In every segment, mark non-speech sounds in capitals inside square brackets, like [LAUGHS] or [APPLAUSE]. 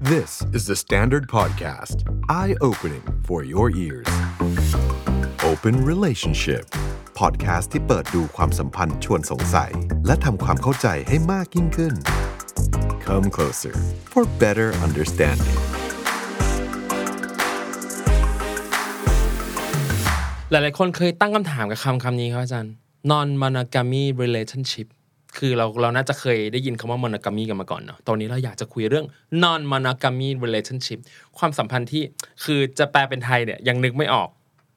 This is the Standard Podcast. Eye-opening for your ears. Open Relationship Podcast ที่เปิดดูความสัมพันธ์ชวนสงสัย และทำความเข้าใจให้มากยิ่งขึ้น Come closer for better understanding. หลาย ๆ คนเคยตั้งคำถามกับคำคำนี้ครับอาจารย์ non monogamy relationship คือเราเราน่าจะเคยได้ยินคำว่า monogamy กันมาก่อนเนาะ ตอนนี้เราอยากจะคุยเรื่อง non monogamy relationship ความสัมพันธ์ที่คือจะแปลเป็นไทยเนี่ยยังนึกไม่ออก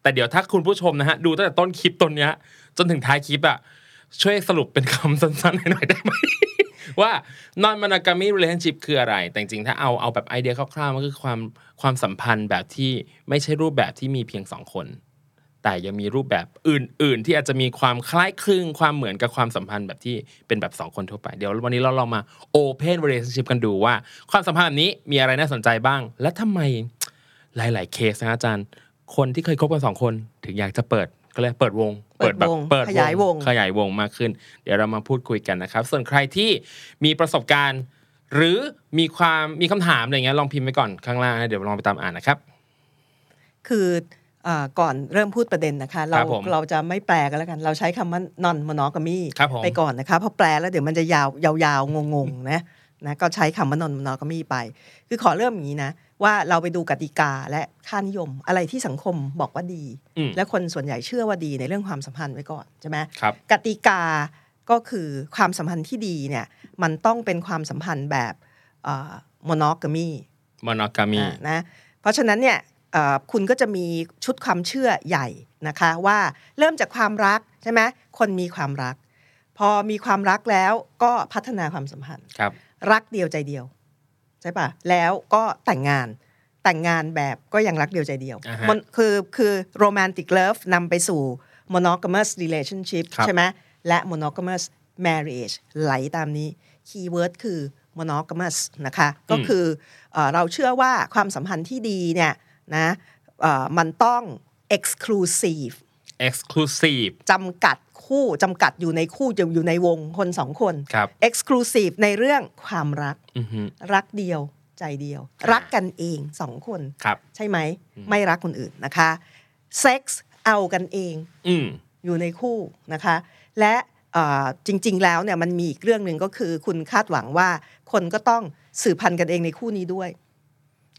แต่เดี๋ยวถ้าคุณผู้ชมนะฮะ ดูตั้งแต่ต้นคลิปต้นเนี้ย จนถึงท้ายคลิปอะช่วยสรุปเป็นคำสั้น ๆ ให้หน่อยได้ไหม [LAUGHS] ว่า non monogamy relationship คืออะไร แต่จริงๆ ถ้าเอาเอาแบบไอเดียคร่าว ๆ มันคือความความสัมพันธ์แบบที่ไม่ใช่รูปแบบที่มีเพียงสองคน แต่ยังมีรูปแบบอื่น ๆ ที่อาจจะมีความคล้ายคลึงความเหมือนกับความสัมพันธ์แบบที่เป็นแบบ 2 คนทั่วไป เดี๋ยววันนี้เราลองมา Open Relationship กันดูว่า ความสัมพันธ์แบบนี้มีอะไรน่าสนใจบ้าง และทำไมหลาย ๆ เคสนะอาจารย์ คนที่เคยคบกัน 2 คนถึงอยากจะเปิดก็เลยเปิดวงแบบ เปิดวง เปิด ขยายวง ขยายวงมากขึ้น เดี๋ยวเรามาพูดคุยกันนะครับ ส่วนใครที่มีประสบการณ์ หรือมีความมีคำถามอะไรเงี้ยลองพิมพ์ไปก่อนข้างล่างนะเดี๋ยวลองไปตามอ่านนะครับ คือเอ่อก่อนเริ่มพูดประเด็นนะคะ เรา ครับผม เราจะไม่แปลกันแล้วกัน เราใช้คำว่า non monogamy ครับผม ไปก่อนนะคะเพราะแปลแล้วเดี๋ยวมันจะยาวยาวๆงงๆนะนะก็ใช้คำว่า non monogamy ไป คือขอเริ่มอย่างนี้นะ ว่าเราไปดูกติกาและค่านิยมอะไรที่สังคมบอกว่าดี อืม และคนส่วนใหญ่เชื่อว่าดีในเรื่องความสัมพันธ์ไว้ก่อนใช่ไหม ครับ กติกาก็คือความสัมพันธ์ที่ดีเนี่ยมันต้องเป็นความสัมพันธ์แบบโมโนกามี monogamy อ่านะเพราะฉะนั้นเนี่ยเอ่อคุณก็จะมีชุดความเชื่อใหญ่นะคะว่าเริ่มจากความรักใช่ไหมคนมีความรัก พอมีความรักแล้วก็พัฒนาความสัมพันธ์ ครับ รักเดียวใจเดียวใช่ปะแล้วก็แต่งงานแต่งงานแบบก็ยังรักเดียวใจเดียว อ่าฮะ มันคือคือโรแมนติกเลิฟนำไปสู่ monogamous relationship ครับ ใช่ไหมและ monogamous marriage ไหลตามนี้คีย์เวิร์ดคือ monogamous นะคะก็คือเอ่อเราเชื่อว่าความสัมพันธ์ที่ดีเนี่ยนะเอ่อมันต้อง exclusive exclusive จำกัดคู่จำกัดอยู่ในคู่จะอยู่ในวงคนสองคน ครับ exclusive ในเรื่องความรัก อือฮึ รักเดียวใจเดียว ครับ รักกันเองสองคน ครับ ใช่ไหม ไม่รักคนอื่นนะคะเซ็กส์เอากันเอง อืม อยู่ในคู่นะคะ และเอ่อจริง ๆ แล้วเนี่ยมันมีอีกเรื่องหนึ่งก็คือคุณคาดหวังว่าคนก็ต้องสืบพันธุ์กันเองในคู่นี้ด้วย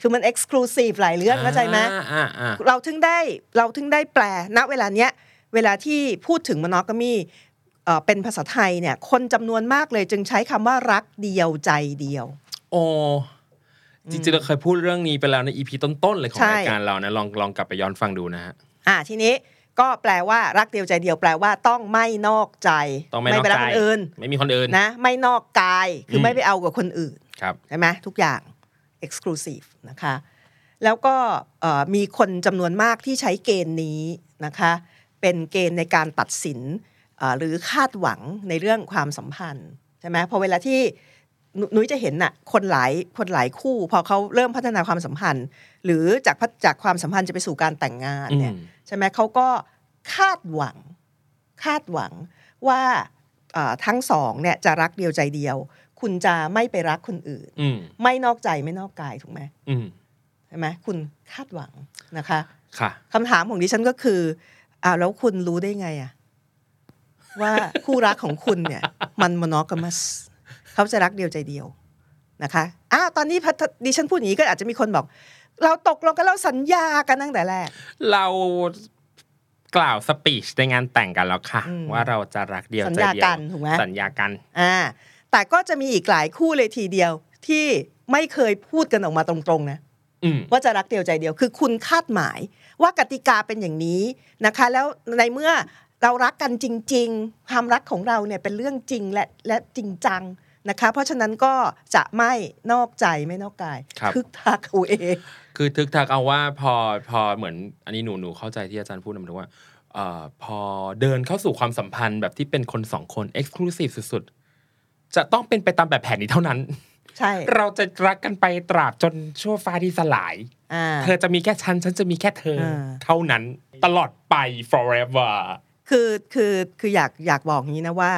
คือมันเอ็กซ์คลูซีฟหลายเรื่องเข้าใจไหม อ่าอ่า เราถึงได้เราถึงได้แปลณเวลาเนี้ยเวลาที่พูดถึงมโนกามีเอ่อเป็นภาษาไทยเนี่ยคนจำนวนมากเลยจึงใช้คำว่ารักเดียวใจเดียว โอจริงๆ เราเคยพูดเรื่องนี้ไปแล้วในอีพีต้นๆ เลยของ ใช่ รายการเรานะ ลองลองกลับไปย้อนฟังดูนะฮะ อ่าทีนี้ก็แปลว่ารักเดียวใจเดียวแปลว่าต้องไม่นอกใจ ต้องไม่นอก ไปรั ใจ กคนอื่น ไม่มีคนอื่น นะไม่นอกกายคืออ ม ไม่ไปเอากับคนอื่น ครับ ใช่ไหมทุกอย่าง exclusive นะคะ แล้วก็เอ่อมีคนจำนวนมากที่ใช้เกณฑ์นี้นะคะ เป็นเกณฑ์ในการตัดสินเอ่อหรือคาดหวังในเรื่องความสัมพันธ์ใช่ไหมพอเวลาที่นุนุ้ยจะเห็นน่ะคนหลายคนหลายคู่พอเขาเริ่มพัฒนาความสัมพันธ์ หรือจากพัฒจากความสัมพันธ์จะไปสู่การแต่งงานเนี่ย อืม ใช่ไหมเขาก็คาดหวังคาดหวังว่าเอ่อทั้งสองเนี่ยจะรักเดียวใจเดียว คุณจะไม่ไปรักคนอื่น อืม ไม่นอกใจไม่นอกกายถูกไหม อืม ใช่ไหมคุณคาดหวังนะคะ ค่ะ คำถามของดิฉันก็คืออ้าวแล้วคุณรู้ได้ไงอะว่าคู่รักของคุณเนี่ย มันมโนกามัสเขาจะรักเดียวใจเดียวนะคะอ้าวตอนนี้พัฒดิฉันพูดอย่างนี้ก็อาจจะมีคนบอก เราตกลงกันเราสัญญากันตั้งแต่แรก เรากล่าวสปีชในงานแต่งกันแล้วค่ะ อืม ว่าเราจะรักเดียว สัญ ใจ ญา เดียว กันถูกไหม สัญญากัน อ่าแต่ก็จะมีอีกหลายคู่เลยทีเดียวที่ไม่เคยพูดกันออกมาตรงๆนะ อืม ว่าจะรักเดียวใจเดียวคือคุณคาดหมายว่ากติกาเป็นอย่างนี้นะคะ แล้วในเมื่อเรารักกันจริง ๆ ความรักของเราเนี่ยเป็นเรื่องจริงและและจริงจังนะคะ เพราะฉะนั้นก็จะไม่นอกใจไม่นอกกาย ครับ กทักเอาเอง คือทึกทักเอาว่าพอพอเหมือนอันนี้หนูหนูเข้าใจที่อาจารย์พูดนะหมายถึงว่าเอ่อพอเดินเข้าสู่ความสัมพันธ์แบบที่เป็นคนสองคน exclusive สุดๆ จะต้องเป็นไปตามแบบแผนนี้เท่านั้น ใช่ [LAUGHS] เราจะรักกันไปตราบจนชั่วฟ้าที่สลาย อ่า เธอจะมีแค่ฉัน ฉันจะมีแค่เธอ อ่า เท่านั้นตลอดไป forever คือคือคืออยากอยากบอกอย่างนี้นะว่า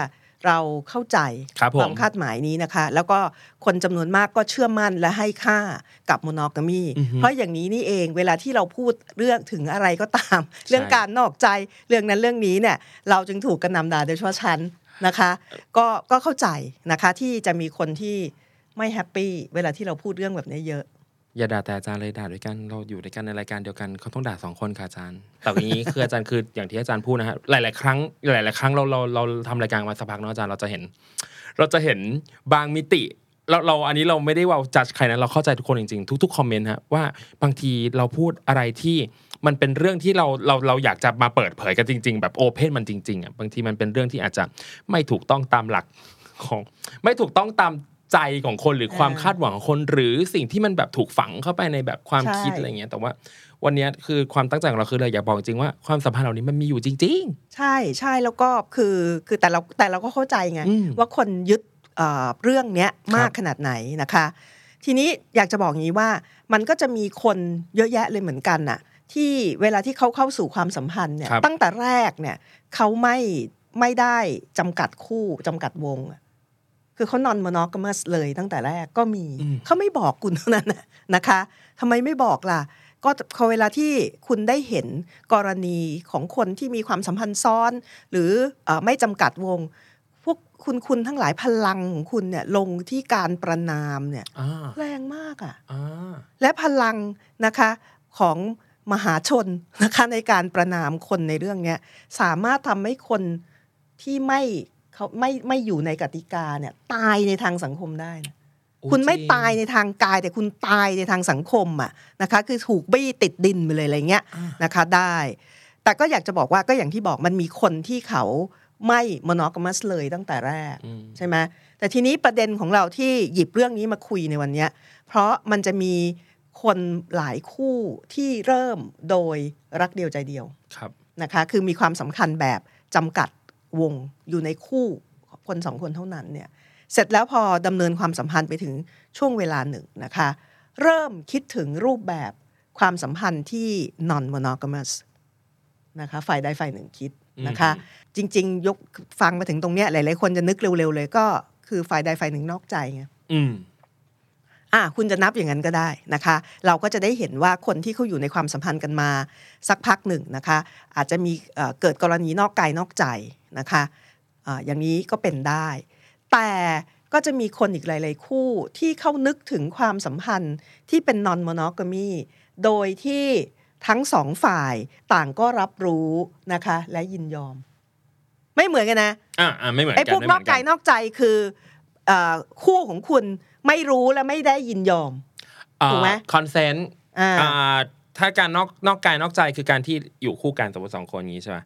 เราเข้าใจ ครับผม ความคาดหมายนี้นะคะ แล้วก็คนจำนวนมากก็เชื่อมั่นและให้ค่ากับโมโนกามีเพราะอย่างนี้นี่เองเวลาที่เราพูดเรื่องถึงอะไรก็ตาม เรื่องการนอกใจเรื่องนั้นเรื่องนี้เนี่ยเราจึงถูกกระหนำด่าโดยเฉพาะฉันนะคะ ก็ก็เข้าใจนะคะที่จะมีคนที่ไม่แฮปปี้เวลาที่เราพูดเรื่องแบบนี้เยอะ อย่าด่าแต่อาจารย์เลยด่าด้วยกันเราอยู่ด้วยกันในรายการเดียวกันเขาต้องด่าสองคนค่ะอาจารย์แต่อย่างนี้ คืออาจารย์คืออย่างที่อาจารย์พูดนะฮะหลาย ๆ ครั้งหลาย ๆ ครั้งเราเราเราทำรายการมาสักพักเนาะอาจารย์เราจะเห็น เราจะเห็นบางมิติเราเราอันนี้เราไม่ได้ว่าจัดใครนะเราเข้าใจทุกคนจริง ๆ ทุก ๆ คอมเมนต์ฮะว่าบางทีเราพูดอะไรที่มันเป็นเรื่องที่เราเราเราอยากจะมาเปิดเผยกันจริง ๆ แบบโอเพนมันจริง ๆอ่ะบางทีมันเป็นเรื่องที่อาจจะไม่ถูกต้องตามหลัก ของไม่ถูกต้องตามใจของคนหรือความ อ่า คาดหวังของคน หรือสิ่งที่มันแบบถูกฝังเข้าไปในแบบความ ใช่ คิดอะไรเงี้ยแต่ว่าวันเนี้ยคือความตั้งใจของเราคือเราอยากบอกจริงๆว่าความสัมพันธ์เหล่านี้มันมีอยู่จริง ใช่ใช่แล้วก็คือคือแต่เราแต่เราก็เข้าใจไง อืม ว่าคนยึดเอ่อเรื่องเนี้ยมาคกรับ ขนาดไหนนะคะ ทีนี้อยากจะบอกงี้ว่ามันก็จะมีคนเยอะแยะเลยเหมือนกันน่ะที่เวลาที่เขาเข้าสู่ความสัมพันธ์เนี่ย ครับ ตั้งแต่แรกเนี่ยเขาไม่ไม่ได้จำกัดคู่จำกัดวงอะคือเขานอนมอนอกมัสเลยตั้งแต่แรกก็มีเขาไม่บอกคุณเท่านั้นน่ะนะคะทำไมไม่บอกล่ะ ก็เวลาที่คุณได้เห็นกรณีของคนที่มีความสัมพันธ์ซ้อน หรือเออไม่จำกัดวง พวกคุณคุณทั้งหลายพลังของคุณเนี่ยลงที่การประนามเนี่ย ๆอ่า แรงมากอ่ะ อ่า และพลังนะคะของมหาชนนะคะในการประนามคนในเรื่องเนี้ยสามารถทำให้คนที่ไม่เขาไม่ไม่อยู่ในกติกาเนี่ยตายในทางสังคมได้นะ คุณไม่ตายในทางกายแต่คุณตายในทางสังคมอ่ะนะคะคือถูกบี้ติดดินไปเลยอะไรเงี้ยนะคะได้ แต่ก็อยากจะบอกว่าก็อย่างที่บอกมันมีคนที่เขาไม่มอนอกมัสเลยตั้งแต่แรก อืม ใช่ไหมแต่ทีนี้ประเด็นของเราที่หยิบเรื่องนี้มาคุยในวันเนี้ยเพราะมันจะมีคนหลายคู่ที่เริ่มโดยรักเดียวใจเดียว ครับ นะคะคือมีความสำคัญแบบจำกัดวงอยู่ในคู่คนสองคนเท่านั้นเนี่ยเสร็จแล้วพอดำเนินความสัมพันธ์ไปถึงช่วงเวลาหนึ่งนะคะเริ่มคิดถึงรูปแบบความสัมพันธ์ที่ non monogamous นะคะฝ่ายใดฝ่ายหนึ่งคิดนะคะจริง ๆ ยกฟังมาถึงตรงเนี้ยหลายๆคนจะนึกเร็วๆเลยก็คือฝ่ายใดฝ่ายหนึ่งนอกใจไง อืม อ่ะคุณจะนับอย่างนั้นก็ได้นะคะ เราก็จะได้เห็นว่าคนที่เขาอยู่ในความสัมพันธ์กันมาสักพักหนึ่งนะคะ อาจจะมีเอ่อเกิดกรณีนอกกายนอกใจนะคะอ่าอย่างนี้ก็เป็นได้ แต่ก็จะมีคนอีกหลาย ๆ คู่ที่เข้านึกถึงความสัมพันธ์ที่เป็นนอนมอนอกมีโดยที่ทั้งสองฝ่ายต่างก็รับรู้นะคะและยินยอม ไม่เหมือนกันนะ อ่าอ่าไม่เหมือนกั ไอ้ น พวก ม่ น เหมื อกกายนอกใจคือเอ่อคู่ของคุณไม่รู้และไม่ได้ยินยอม ถูกไหม คอนเซนต์ อ่า อ่าถ้าการนอกนอกกายนอกใจคือการที่อยู่คู่กันสมมติสองคนอย่างนี้ใช่ไหม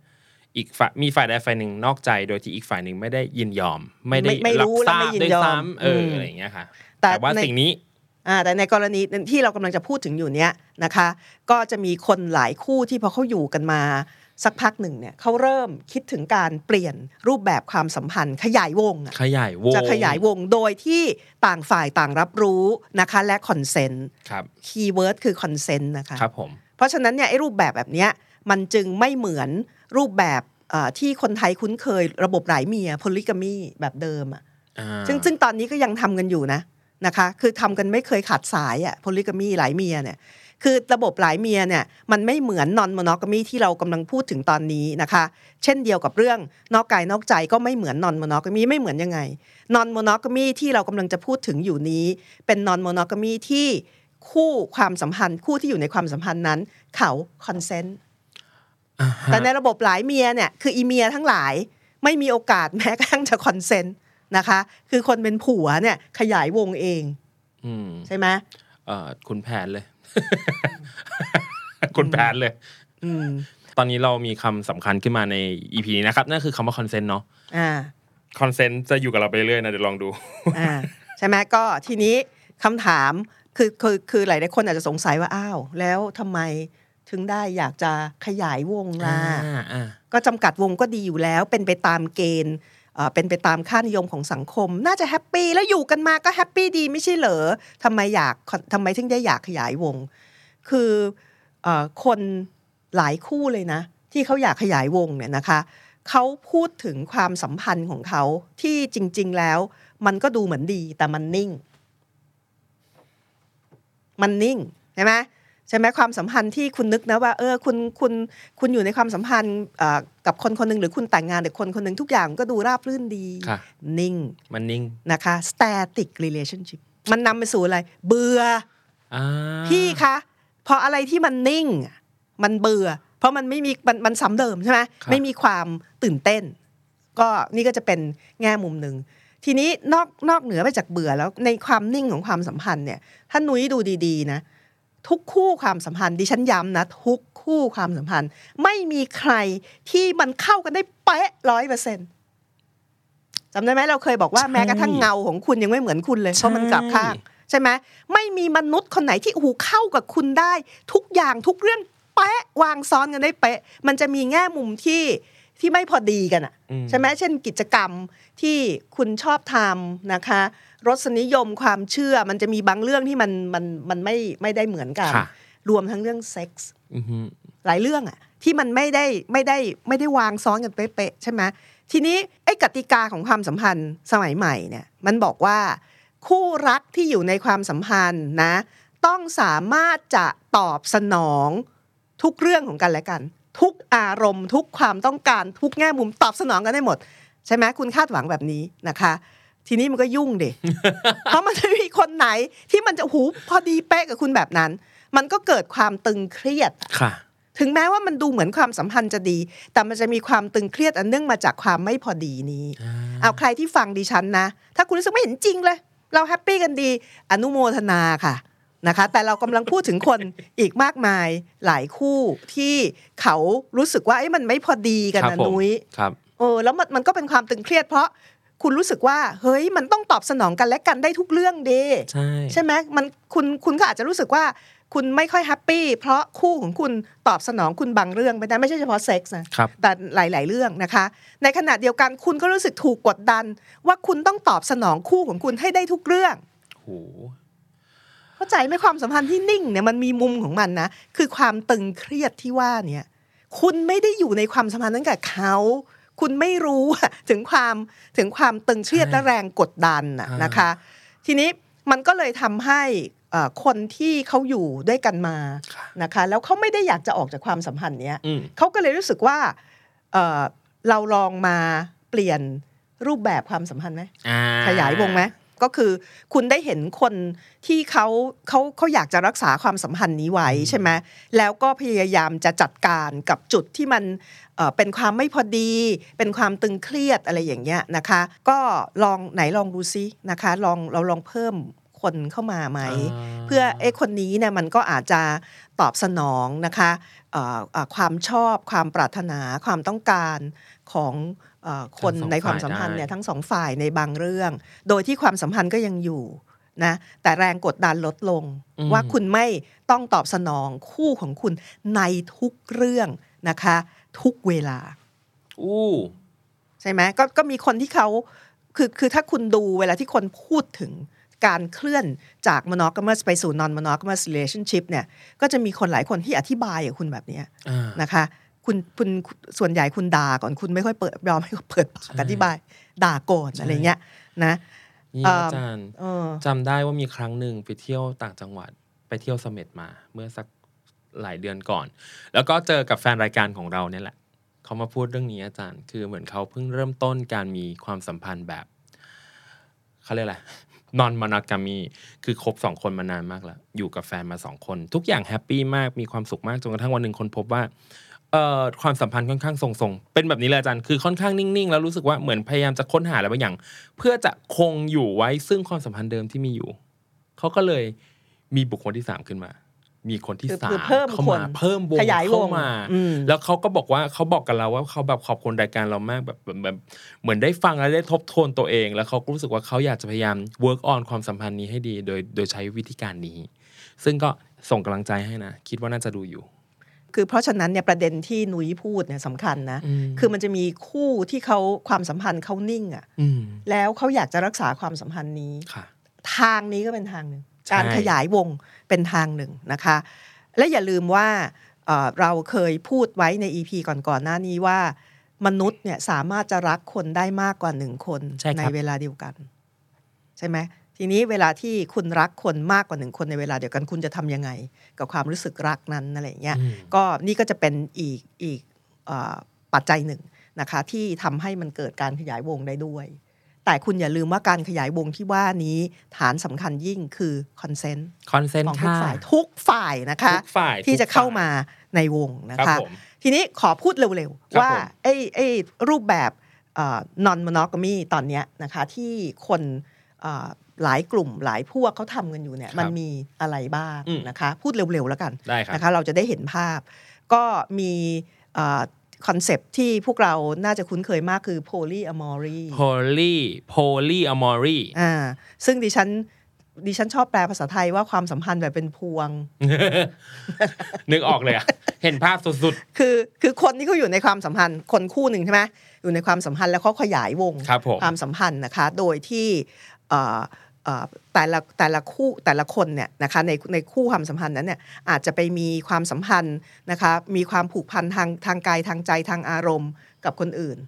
อีกฝ่ายมีฝ่ายใดฝ่ายหนึ่งนอกใจโดยที่อีกฝ่ายหนึ่งไม่ได้ยินยอม ไม่ได้ ไม่ รับ รู้และ ทรา ไม่ บ ยิน ด้วย ยอม ซ้ำเออ ม อะไรอย่างเงี้ยค่ะ แต่ แต่ว่า ใน สิ่งนี้ อ่าแต่ในกรณีที่เรากำลังจะพูดถึงอยู่เนี้ยนะคะ ก็จะมีคนหลายคู่ที่พอเขาอยู่กันมาสักพักหนึ่งเนี่ยเขาเริ่มคิดถึงการเปลี่ยนรูปแบบความสัมพันธ์ขยายวงอะ ขยายวง จะขยายวงโดยที่ต่างฝ่ายต่างรับรู้นะคะและคอนเซนต์ ครับ คีย์เวิร์ดคือคอนเซนต์นะคะ ครับผม เพราะฉะนั้นเนี่ยไอ้รูปแบบแบบเนี้ยมันจึงไม่เหมือนรูปแบบเอ่อที่คนไทยคุ้นเคยระบบหลายเมีย p o ลิกามีแบบเดิมอะ อ่า ซึ่งซึ่งตอนนี้ก็ยังทำกันอยู่นะนะคะ คือทำกันไม่เคยขาดสายอะ p o ลิกามีหลายเมียเนี่ยคือระบบหลายเมียเนี่ยมันไม่เหมือนนอนมอนอกามีที่เรากำลังพูดถึงตอนนี้นะคะ เช่นเดียวกับเรื่องนอกกายนอกใจก็ไม่เหมือนนอนมอนอกามีไม่เหมือนยังไงนอนมอนอกามีที่เรากำลังจะพูดถึงอยู่นี้ เป็นนอนมอนอกามีที่ คู่ความสัมพันธ์คู่ที่อยู่ในความสัมพันธ์นั้น เขาคอนเซนต์ อ่าฮะ แต่ในระบบหลายเมียเนี่ยคืออีเมียทั้งหลายไม่มีโอกาส [LAUGHS] แม้กระทั่งจะคอนเซนต์นะคะ คือคนเป็นผัวเนี่ยขยายวงเอง อืม ใช่ไหม เอ่อคุณแผนเลย [LAUGHS] คุณแผนเลย อืม ตอนนี้เรามีคำสำคัญขึ้นมาใน EP นี้นะครับ นั่นคือคำว่าคอนเซนต์เนาะ อ่า คอนเซนต์จะอยู่กับเราไปเรื่อยนะเดี๋ยวลองดู อ่าใช่ไหมก็ทีนี้คำถามคือคือคือหลายๆคนอาจจะสงสัยว่าอ้าว แล้วทำไมถึงได้อยากจะขยายวงล่ะ อ่าอ่า ก็จำกัดวงก็ดีอยู่แล้ว เป็นไปตามเกณฑ์เอ่อเป็นไปตามค่านิยมของสังคม น่าจะแฮปปี้แล้วอยู่กันมาก็แฮปปี้ดีไม่ใช่เหรอทำไมอยากทำไมถึงได้อยากขยายวง คือเออคนหลายคู่เลยนะ ที่เขาอยากขยายวงเนี่ยนะคะ เขาพูดถึงความสัมพันธ์ของเขาที่จริง ๆ แล้ว มันก็ดูเหมือนดีแต่มันนิ่ง มันนิ่งใช่ไหมใช่ไหมความสัมพันธ์ที่คุณนึกนะว่าเออคุณคุณคุณอยู่ในความสัมพันธ์เอ่อกับคนคนหนึ่งหรือคุณแต่งงานกับคนคนหนึ่งทุกอย่างก็ดูราบรื่นดี ค่ะ นิ่ง มันนิ่ง นะคะ static relationship มันนำไปสู่อะไร เบื่อ อ่า พี่คะพออะไรที่มันนิ่งอะมันเบื่อ เพราะมันไม่มีมันมันซ้ำเดิมใช่ไหมไม่มีความตื่นเต้น ก็นี่ก็จะเป็นแง่มุมหนึ่ง ทีนี้นอกนอกเหนือไปจากเบื่อแล้วในความนิ่งของความสัมพันธ์เนี่ยถ้านุ้ยดูดีๆนะทุกคู่ความสัมพันธ์ดิฉันย้ำนะทุกคู่ความสัมพันธ์ ไม่มีใครที่มันเข้ากันได้เป๊ะร้อยเปอร์เซ็นจำได้ไหมเราเคยบอกว่าแม้กระทั่งเงาของคุณยังไม่เหมือนคุณเลยเพราะมันกลับข้าง ใช่ไหมไม่มีมนุษย์คนไหนที่โอ้โหูเข้ากับคุณได้ ทุกอย่างทุกเรื่องเป๊ะวางซ้อนกันได้เป๊ะ มันจะมีแง่มุมที่ที่ไม่พอดีกันอะ อื ใช่ไหมเช่นกิจกรรมที่คุณชอบทำนะคะ รสนิยมความเชื่อมันจะมีบางเรื่องที่มันมันมันไม่ไม่ได้เหมือนกัน ค่ะ รวมทั้งเรื่องเซ็กส์ อือฮึ หลายเรื่องอะที่มันไม่ได้ไม่ได้ไม่ได้วางซ้อนกันเป๊ะๆใช่ไหมทีนี้ไอ้กติกาของความสัมพันธ์สมัยใหม่เนี่ยมันบอกว่าคู่รักที่อยู่ในความสัมพันธ์นะ ต้องสามารถจะตอบสนองทุกเรื่องของกันและกัน ทุกอารมณ์ ทุกความต้องการทุกแง่มุมตอบสนองกันได้หมด ใช่ไหมคุณคาดหวังแบบนี้นะคะ ทีนี้มันก็ยุ่งเด็ [LAUGHS] เพราะมันไม่มีคนไหนที่มันจะหูพอดีเป๊ะกับคุณแบบนั้น มันก็เกิดความตึงเครียด ค่ะ ถึงแม้ว่ามันดูเหมือนความสัมพันธ์จะดี แต่มันจะมีความตึงเครียดอันเนื่องมาจากความไม่พอดีนี้ เอาใครที่ฟังดิฉันนะ ถ้าคุณรู้สึกไม่เห็นจริงเลย เราแฮปปี้กันดี อนุโมทนาค่ะนะคะ แต่เรากำลังพูดถึงคน อีกมากมายหลายคู่ที่เขารู้สึกว่าเอ้ยมันไม่พอดีกัน ครั นะ บผม นุ้ย ครับ เออแล้วมันมันก็เป็นความตึงเครียดเพราะคุณรู้สึกว่าเฮ้ยมันต้องตอบสนองกันและกันได้ทุกเรื่องเด ใช่ ใช่ไหมมันคุณคุณก็อาจจะรู้สึกว่าคุณไม่ค่อยแฮปปี้เพราะคู่ของคุณตอบสนองคุณบางเรื่องไม่ได้ไม่ใช่เฉพาะเซ็กส์นะครับ แต่หลาย ๆ เรื่องนะคะ ในขณะเดียวกันคุณก็รู้สึกถูกกดดัน ว่าคุณต้องตอบสนองคู่ของคุณให้ได้ทุกเรื่อง โห เข้าใจไหมความสัมพันธ์ที่นิ่งเนี่ยมันมีมุมของมันนะ คือความตึงเครียดที่ว่าเนี่ยคุณไม่ได้อยู่ในความสัมพันธ์นั้นกับเขา คุณไม่รู้อะถึงความถึงความตึงเครียด ใช่ และแรงกดดันน่ะ อ่าน นะคะ ทีนี้มันก็เลยทำให้เอ่อคนที่เขาอยู่ด้วยกันมา ค่ะ นะคะ แล้วเขาไม่ได้อยากจะออกจากความสัมพันธ์เนี้ย อืม เขาก็เลยรู้สึกว่าเอ่อเราลองมาเปลี่ยนรูปแบบความสัมพันธ์ไหม อ่า ขยายวงไหมก็คือคุณได้เห็นคนที่เขาเขาเขาอยากจะรักษาความสัมพันธ์นี้ไว้ใช่ไหมแล้วก็พยายามจะจัดการกับจุดที่มันเอ่อเป็นความไม่พอดี เป็นความตึงเครียดอะไรอย่างเงี้ยนะคะ ก็ลองไหนลองดูซินะคะลองเราลองเพิ่มคนเข้ามาไหม อ่า เพื่อไอ้คนนี้เนี่ยมันก็อาจจะตอบสนองนะคะเอ่อเอ่อความชอบความปรารถนาความต้องการของเอ่อคน ทั้งสอง ในความสัมพันธ์เนี่ย ฝ่ายได้ ทั้งสองฝ่ายในบางเรื่อง โดยที่ความสัมพันธ์ก็ยังอยู่นะแต่แรงกดดันลดลง อืม ว่าคุณไม่ต้องตอบสนองคู่ของคุณในทุกเรื่องนะคะ ทุกเวลา อู้ ใช่ไหมก็ก็มีคนที่เขาคือคือถ้าคุณดูเวลาที่คนพูดถึงการเคลื่อนจาก monogamous ไปสู่ non monogamous relationship เนี่ยก็จะมีคนหลายคนที่อธิบายกับคุณแบบเนี้ย อ่า นะคะคุณคุณส่วนใหญ่คุณด่าก่อนคุณไม่ค่อยเปิด [LAUGHS] ยอมให้เขาเปิดปากอธิบายด่าก่อนอะไรเงี้ยนะ นี่อาจารย์ เออ จำได้ว่ามีครั้งหนึ่งไปเที่ยวต่างจังหวัดไปเที่ยวเสม็ดมา เมื่อสักหลายเดือนก่อน แล้วก็เจอกับแฟนรายการของเราเนี่ยแหละ เขามาพูดเรื่องนี้อาจารย์ คือเหมือนเขาเพิ่งเริ่มต้นการมีความสัมพันธ์แบบเขาเรียกอะไร [LAUGHS] นอนมานากามีคือคบสองคนมานานมากแล้ว อยู่กับแฟนมาสองคน ทุกอย่างแฮปปี้มากมีความสุขมากจนกระทั่งวันหนึ่งคนพบว่าเอ่อความสัมพันธ์ค่อนข้างทรงๆเป็นแบบนี้เลยอาจารย์คือค่อนข้างนิ่งๆ แล้วรู้สึกว่าเหมือนพยายามจะค้นหาอะไรบางอย่าง เพื่อจะคงอยู่ไว้ซึ่งความสัมพันธ์เดิมที่มีอยู่ เขาก็เลยมีบุคคลที่สามขึ้นมา มีคนที่ คือ สาม คือเพิ่ม เข้า ค มา น เพิ่มวง ขยายวง เข้ามา อืม แล้วเขาก็บอกว่าเขาบอกกับเราว่าเขาแบบขอบคุณรายการเรามากแบบแบบแบบเหมือนได้ฟังและได้ทบทวนตัวเอง แล้วเขาก็รู้สึกว่าเขาอยากจะพยายาม work on ความสัมพันธ์นี้ให้ดี โดยโดยใช้วิธีการนี้ ซึ่งก็ส่งกำลังใจให้นะ คิดว่าน่าจะดูอยู่ คือเพราะฉะนั้นเนี่ยประเด็นที่หนุยพูดเนี่ยสำคัญนะ อืม คือมันจะมีคู่ที่เขาความสัมพันธ์เขานิ่งอะ อืม แล้วเขาอยากจะรักษาความสัมพันธ์นี้ ค่ะ ทางนี้ก็เป็นทางหนึ่ง ใช่ การขยายวงเป็นทางหนึ่งนะคะ และอย่าลืมว่าเอ่อเราเคยพูดไว้ใน EP ก่อนๆหน้านี้ว่า มนุษย์เนี่ยสามารถจะรักคนได้มากกว่าหนึ่งคน ใช่ครับ เวลาเดียวกัน ใช่ไหมทีนี้เวลาที่คุณรักคนมากกว่าหนึ่งคนในเวลาเดียวกันคุณจะทำยังไง กับความรู้สึกรักนั้นอะไรอย่างเงี้ย อืม ก็นี่ก็จะเป็นอีกอีกเอ่อปัจจัยหนึ่งนะคะที่ทำให้มันเกิดการขยายวงได้ด้วย แต่คุณอย่าลืมว่าการขยายวงที่ว่านี้ฐานสำคัญยิ่งคือคอนเซนต์ คอนเซน ของ ต์ ทุก ค่ะ ฝ่ายทุกฝ่ายนะคะ ทุกฝ่าย ที่จะเข้ามาในวง ทุก นะ ฝ่ายครั คะ บผม ทีนี้ขอพูดเร็ว ครับ ๆ ว่า ผม ไอ้ไอ้รูปแบบนอนมอนอกมีตอนเนี้ยนะคะที่คนเอ่อหลายกลุ่มหลายพวกเขาทำกันอยู่เนี่ย ครับ มันมีอะไรบ้าง อืม นะคะ พูดเร็วๆแล้วกัน ได้ครับ นะคะเราจะได้เห็นภาพ ก็มีคอนเซปที่พวกเราน่าจะคุ้นเคยมากคือ polyamory poly [LAUGHS] polyamory อ่าซึ่งดิฉันดิฉันชอบแปลภาษาไทยว่าความสัมพันธ์แบบเป็นพวง นึกออกเลยอะเห็นภาพสุด คือคือคนที่เขาอยู่ในความสัมพันธ์คนคู่หนึ่งใช่ไหมอยู่ในความสัมพันธ์แล้วเขาขยายวง ครับผม ความสัมพันธ์นะคะโดยที่เอ่อเอ่อแต่ละแต่ละคู่แต่ละคนเนี่ยนะคะในในคู่ความสัมพันธ์นั้นเนี่ยอาจจะไปมีความสัมพันธ์นะคะมีความผูกพันทางทางกายทางใจทางอารมณ์กับคนอื่น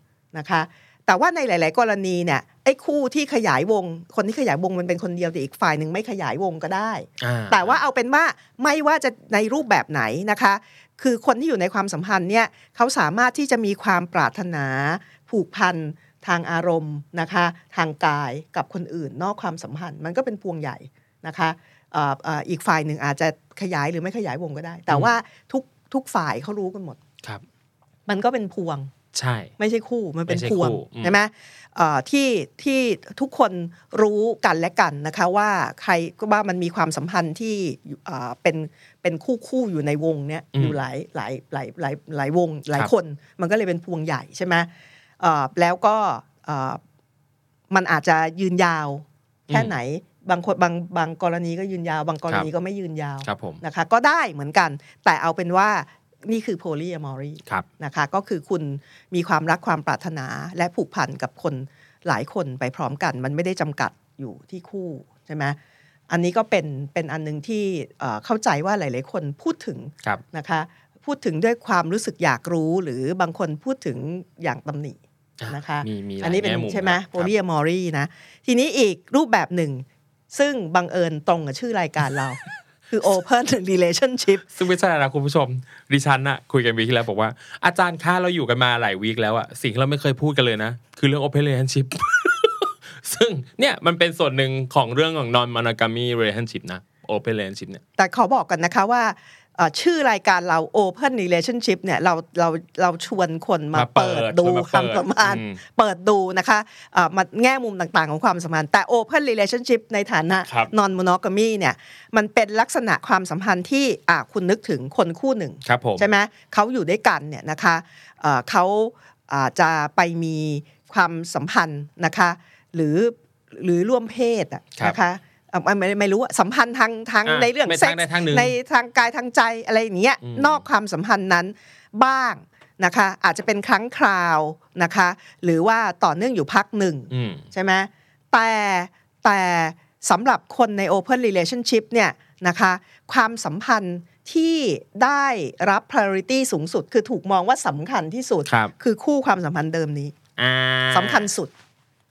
นะคะ แต่ว่าในหลาย ๆ กรณีเนี่ยไอ้คู่ที่ขยายวง คนที่ขยายวงมันเป็นคนเดียวแต่อีกฝ่ายหนึ่งไม่ขยายวงก็ได้ ๆอ่ แต่ว่าเอาเป็นว่าไม่ว่าจะในรูปแบบไหนนะคะ คือคนที่อยู่ในความสัมพันธ์เนี่ยเขาสามารถที่จะมีความปรารถนา ผูกพันทางอารมณ์นะคะ ทางกายกับคนอื่น นอกความสัมพันธ์ มันก็เป็นพวงใหญ่นะคะเอ่อเอ่ออีกฝ่ายหนึ่งอาจจะขยายหรือไม่ขยายวงก็ได้ แต่ว่าทุกทุกฝ่ายเขารู้กันหมด ครับ มันก็เป็นพวง ใช่ ไม่ใช่คู่มันเป็น ไม่ใช่ พวง คู่อืม ใช่ไหมเอ่อที่ที่ทุกคนรู้กันและกันนะคะว่าใครว่ามันมีความสัมพันธ์ที่เอ่อเป็นเป็นคู่คู่อยู่ในวงเนี้ย อืม อยู่หลายหลายหลายหลายหลายวงหลาย ครับ คน มันก็เลยเป็นพวงใหญ่ใช่ไหมเอ่อแล้วก็เอ่อมันอาจจะยืนยาวแค่ไหนบางคนบางบางกรณีก็ยืนยาว บางกรณีก็ไม่ยืนยาว ครับผม นะคะ ก็ได้เหมือนกัน แต่เอาเป็นว่านี่คือ polyamory ครับ นะคะก็คือคุณมีความรักความปรารถนาและผูกพันกับคนหลายคนไปพร้อมกัน มันไม่ได้จำกัดอยู่ที่คู่ใช่ไหมอันนี้ก็เป็นเป็นอันหนึงที่เอ่อเข้าใจว่าหลาย ๆ คนพูดถึง ครับ นะคะพูดถึงด้วยความรู้สึกอยากรู้หรือบางคนพูดถึงอย่างตำหนิ อ่ นะคะ มีมีหลาย อันนี้เป็น แมุ ใช่ไหม ครับ โพลีอะมอรี่นะทีนี้อีกรูปแบบหนึ่ง ซึ่งบังเอิญตรงกับชื่อรายการเรา [LAUGHS] คือ Open Relationship ซึ่งไม่ใช่อะไรนะคุณผู้ชม ดิฉันน่ะคุยกันวีคที่แล้วบอกว่า อาจารย์คะเราอยู่กันมาหลายวีคแล้วอะสิ่งที่เราไม่เคยพูดกันเลยนะ คือเรื่อง open relationship [LAUGHS] ซึ่งเนี่ยมันเป็นส่วนหนึ่งของเรื่องของ non monogamy relationship นะ open relationship เนี่ย แต่ขอบอกกันนะคะว่าเอ่อชื่อรายการเรา Open Relationship เนี่ยเราเราเราชวนคนมา มาเปิ เปิ ด ดดู ชวนมา ความ เปิด สัมพันธ์ อืม เปิดดูนะคะเอ่อมาแง่มุมต่างๆ ของความสัมพันธ์แต่ Open Relationship ในฐานะ ครับ Non Monogamy เนี่ยมันเป็นลักษณะความสัมพันธ์ที่อ่ะคุณนึกถึงคนคู่หนึ่ง ครับผม ใช่ไหมเขาอยู่ด้วยกันเนี่ยนะคะเอ่อเขาอาจจะไปมีความสัมพันธ์นะคะหรือหรือร่วมเพศอะ ครับ นะคะเอ่อไม่ไม่ไม่รู้อะสัมพันธ์ทางทาง อ่ะ ในเรื่อง ไม่ เซ็ ทาง ก ใดทางหนึ่ง ในทางกายทางใจอะไรอย่างเงี้ย อืม นอกความสัมพันธ์นั้นบ้างนะคะอาจจะเป็นครั้งคราวนะคะหรือว่าต่อเนื่องอยู่พักหนึ่ง อืม ใช่ไหมแต่แต่สำหรับคนใน Open Relationship เนี่ยนะคะความสัมพันธ์ที่ได้รับ priority สูงสุด คือถูกมองว่าสำคัญที่สุด ครับ อคู่ความสัมพันธ์เดิมนี้ อ่า สำคัญสุด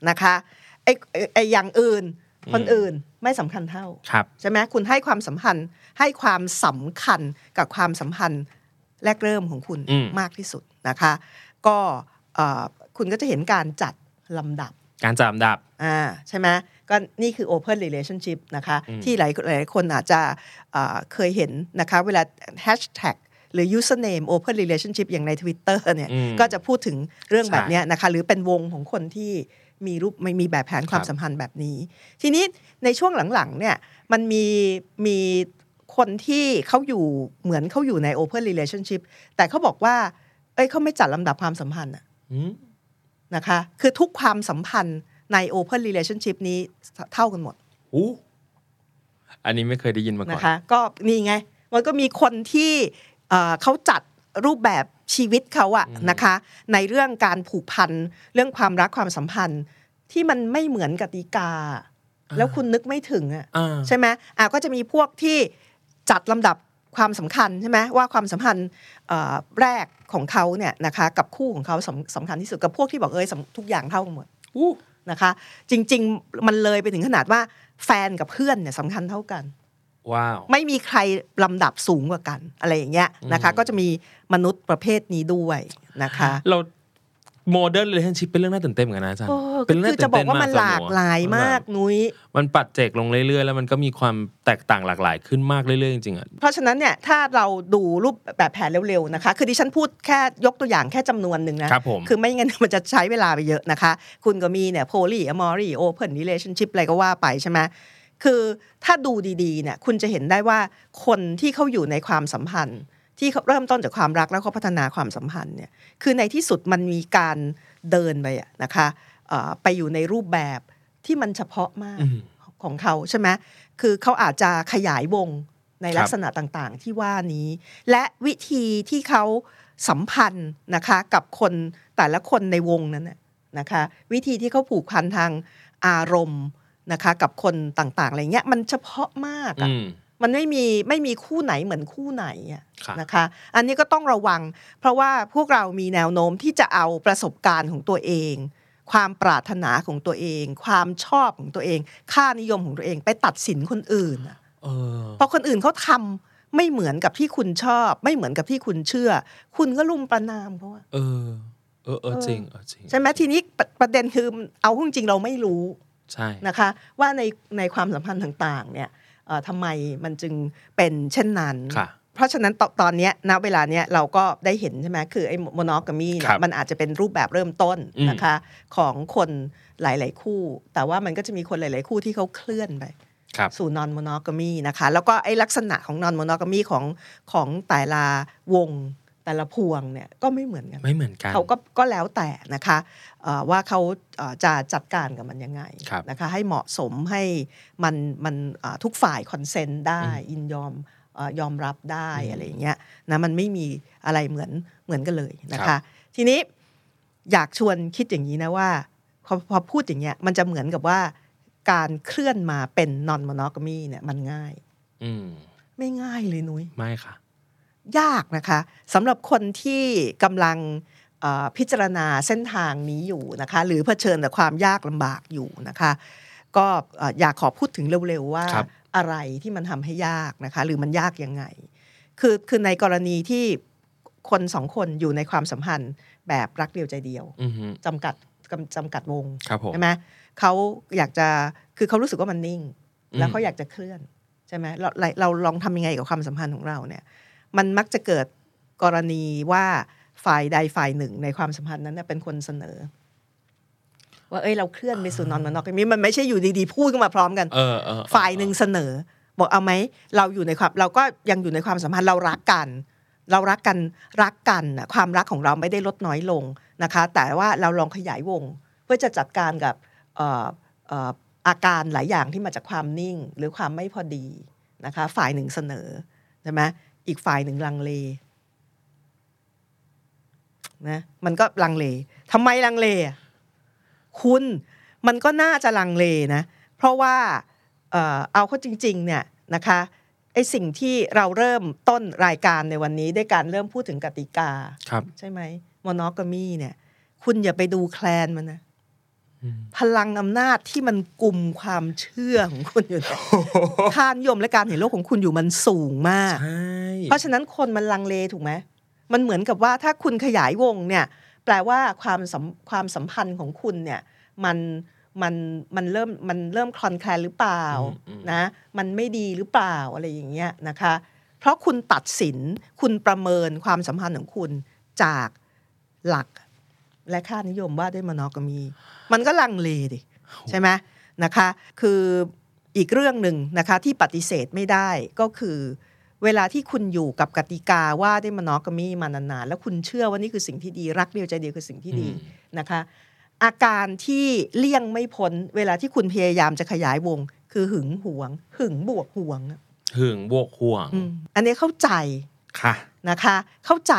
นะคะไอ้ไอ้ไอ้อย่างอื่น อืม คนอื่นไม่สำคัญเท่า ครับ ใช่ไหมคุณให้ความสัมพันธ์ให้ความสำคัญกับความสัมพันธ์แรกเริ่มของคุณ อืม มากที่สุดนะคะก็เอ่อคุณก็จะเห็นการจัดลำดับ การจัดอันดับ อ่าใช่ไหมก็นี่คือ Open Relationship นะคะ อืม ที่หลายหลายคนอาจจะเอ่อเคยเห็นนะคะ เวลา Hashtag หรือ username open relationship อย่างใน Twitter เนี่ย อืม ก็จะพูดถึงเรื่อง ใช่ แบบเนี้ยนะคะ หรือเป็นวงของคนที่มีรูปไม่มีแบบแผนควา ค ม รับ สัมพันธ์แบบนี้ ทีนี้ในช่วงหลังๆเนี่ยมันมีมีคนที่เขาอยู่เหมือนเขาอยู่ใน open relationship แต่เขาบอกว่า เอ้ยเขาไม่จัดลำดับความสัมพันธ์อะ อืม นะคะ คือทุกความสัมพันธ์ใน Open Relationship นี้เท่ากันหมด อู้อันนี้ไม่เคยได้ยินมาก่อ นะ น คะ ก็นี่ไง มันก็มีคนที่เอ่อเขาจัดรูปแบบชีวิตเขาอะ อืม นะคะ ในเรื่องการผูกพัน เรื่องความรักความสัมพันธ์ ที่มันไม่เหมือนกติกา แล้วคุณนึกไม่ถึงอะ อ่า ใช่ไหมอ่ะก็จะมีพวกที่จัดลำดับ ความสำคัญใช่ไหมว่าความสัมพันธ์เอ่อแรกของเขาเนี่ยนะคะกับคู่ของเขาสำสำคัญที่สุดกับพวกที่บอกเอ้ยสำทุกอย่างเท่ากันหมด อู้ นะคะ จริง ๆ มันเลยไปถึงขนาดว่าแฟนกับเพื่อนเนี่ยสำคัญเท่ากัน ว้าว ไม่มีใครลำดับสูงกว่ากันอะไรอย่างเงี้ยนะคะก็จะมีมนุษย์ประเภทนี้ด้วยนะคะ เราโมเดิร์นเลยทันชิปเป็นเรื่องน่าตื่นเต้นเหมือนกันนะอาจารย์ โอ้ เป็นเรื่ง คือจะบอกว่ามันหลากหลายมาก สำรับ นุ้ย มันปัดเจกลงเรื่อยๆแล้วมันก็มีความแตกต่างหลากหลายขึ้นมากเรื่อยๆจริงๆอ่ะ เพราะฉะนั้นเนี่ยถ้าเราดูรูปแบบแผนเร็วๆนะคะ คือดิฉันพูดแค่ยกตัวอย่างแค่จำนวนหนึ่งนะ ครับผม คือไม่งั้น มันจะใช้เวลาไปเยอะนะคะ คุณก็มีเนี่ยโพลีอมอรีโอเพน e ิเลชั่นชิพอะไรก็ว่าไปใช่ไหมคือถ้าดูดีๆเนี่ยคุณจะเห็นได้ว่าคนที่เขาอยู่ในความสัมพันธ์ ที่เขาเริ่มต้นจากความรักแล้วเขาพัฒนาความสัมพันธ์เนี่ยคือในที่สุดมันมีการเดินไปอะนะคะเอ่อไปอยู่ในรูปแบบที่มันเฉพาะมาก อืม ของเขาใช่ไหมคือเขาอาจจะขยายวงใน ครับ ลักษณะต่างๆ ที่ว่านี้ และวิธีที่เขาสัมพันธ์นะคะกับคนแต่ละคนในวงนั้นน่ะนะคะ วิธีที่เขาผูกพันทางอารมณ์นะคะกับคนต่างๆอะไรเงี้ยมันเฉพาะมากอะ อืม มันไม่มีไม่มีคู่ไหนเหมือนคู่ไหนอะ ครับ นะคะ อันนี้ก็ต้องระวัง เพราะว่าพวกเรามีแนวโน้มที่จะเอาประสบการณ์ของตัวเอง ความปรารถนาของตัวเอง ความชอบของตัวเอง ค่านิยมของตัวเองไปตัดสินคนอื่นอะ เออ เพราะคนอื่นเขาทำไม่เหมือนกับที่คุณชอบ ไม่เหมือนกับที่คุณเชื่อ คุณก็ลุมประนามเขาอะ เออ เออเออจริงเออจริง ใช่ไหมทีนี้ประประเด็นคือเอาหุ้นจริงๆเราไม่รู้ ใช่ นะคะว่าในในความสัมพันธ์ต่างๆเนี่ยเอ่อทำไมมันจึงเป็นเช่นนั้น ค่ะ เพราะฉะนั้นตตอนเนี้ยณเวลาเนี้ยเราก็ได้เห็นใช่ไหมคือไอ้โมโนกามีเนี่ ครั ย บ มันอาจจะเป็นรูปแบบเริ่มต้น อืม นะคะของคนหลาย ๆ คู่ แต่ว่ามันก็จะมีคนหลาย ๆ คู่ที่เขาเคลื่อนไป ครับ สู่นอนโมนอกามีนะคะ แล้วก็ไอ้ลักษณะของนอนโมนอกามีของของแต่ละวงแต่ละพวงเนี่ยก็ไม่เหมือนกัน ไม่เหมือนกัน เขาก็ก็แล้วแต่นะคะเอ่อว่าเขาเอ่อจะจัดการกับมันยังไง ครับ นะคะให้เหมาะสมให้มันมันเอ่อทุกฝ่ายคอนเซนต์ได้ยินยอมเอ่อยอมรับได้ อืม อะไรอย่างเงี้ยนะมันไม่มีอะไรเหมือนเหมือนกันเลยนะ ครั คะ บ ทีนี้อยากชวนคิดอย่างนี้นะว่าพอพอพูดอย่างเงี้ยมันจะเหมือนกับว่าการเคลื่อนมาเป็นนอนมอนอกมีเนี่ยมันง่าย อืม ไม่ง่ายเลยนุ้ย ไม่ค่ะ ยากนะคะสำหรับคนที่กำลังเอ่อพิจารณาเส้นทางนี้อยู่นะคะหรือเผชิญกับความยากลำบากอยู่นะคะ ก็เอ่ออยากขอพูดถึงเร็วๆว่า ครับ อะไรที่มันทำให้ยากนะคะหรือมันยากยังไง คือคือในกรณีที่คนสองคนอยู่ในความสัมพันธ์แบบรักเดียวใจเดียว อือฮึ จำกัดจำจำกัดวง ครับผม ใช่ไหมเขาอยากจะคือเขารู้สึกว่ามันนิ่ง แล้วเขาอยากจะเคลื่อนใช่ไหมเราเราเราลองทำยังไงกับความสัมพันธ์ของเราเนี่ย มันมักจะเกิดกรณีว่าฝ่ายใดฝ่ายหนึ่งในความสัมพันธ์นั้นนะเป็นคนเสนอ ว่าเอ้ยเราเคลื่อนไปสู่นอนมานอกกันนี้มันไม่ใช่อยู่ดีๆพูดขึ้นมาพร้อมกัน เออเออเออ ฝ่ายหนึ่งเสนอ บอกเอาไหมเราอยู่ในความเราก็ยังอยู่ในความสัมพันธ์เรารักกัน เรารักกันรักกันน่ะความรักของเราไม่ได้ลดน้อยลงนะคะ แต่ว่าเราลองขยายวง เพื่อจะจัดการกับเอ่อเอ่ออาการหลายอย่างที่มาจากความนิ่งหรือความไม่พอดีนะคะ ฝ่ายหนึ่งเสนอใช่ไหมอีกฝ่ายหนึ่งลังเลนะมันก็ลังเลทำไมลังเลอะคุณมันก็น่าจะลังเลนะ เพราะว่า เอ่อเอาเข้าจริงๆเนี่ยนะคะไอสิ่งที่เราเริ่มต้นรายการในวันนี้ด้วยการเริ่มพูดถึงกติกา ครับ ใช่ไหมมอนอกามีเนี่ย คุณอย่าไปดูแคลนมันนะ อืม พลังอำนาจที่มันกลุ่มความเชื่อของคุณอ [LAUGHS] ยู่เนี่ยค่านิยมและการเห็นโลกของคุณอยู่มันสูงมาก ใช่ เพราะฉะนั้นคนมันลังเลถูกไหม มันเหมือนกับว่าถ้าคุณขยายวงเนี่ย แปลว่าความสัมความสัมพันธ์ของคุณเนี่ยมันมันมันเริ่มมันเริ่มคลอนแคลนหรือเปล่านะมันไม่ดีหรือเปล่าอะไรอย่างเงี้ยนะคะ เพราะคุณตัดสินคุณประเมินความสัมพันธ์ของคุณจากหลักและค่านิยมว่าด้วยมโนกามี มันก็ลังเลดิ ใช่ไหมนะคะคืออีกเรื่องหนึ่งนะคะที่ปฏิเสธไม่ได้ก็คือ เวลาที่คุณอยู่กับกติกาว่าได้วยมโนอกามีมานานๆแล้วคุณเชื่อว่านี่คือสิ่งที่ดีรักเดียวใจเดียวคือสิ่งที่ดีนะคะอาการที่เลี่ยงไม่พ้นเวลาที่คุณพยายามจะขยายวง คือหึงหวง หึงบวกหวงอะ หึงบวกห่วง อืมอันนี้เข้าใจ ค่ะ นะคะเข้าใจ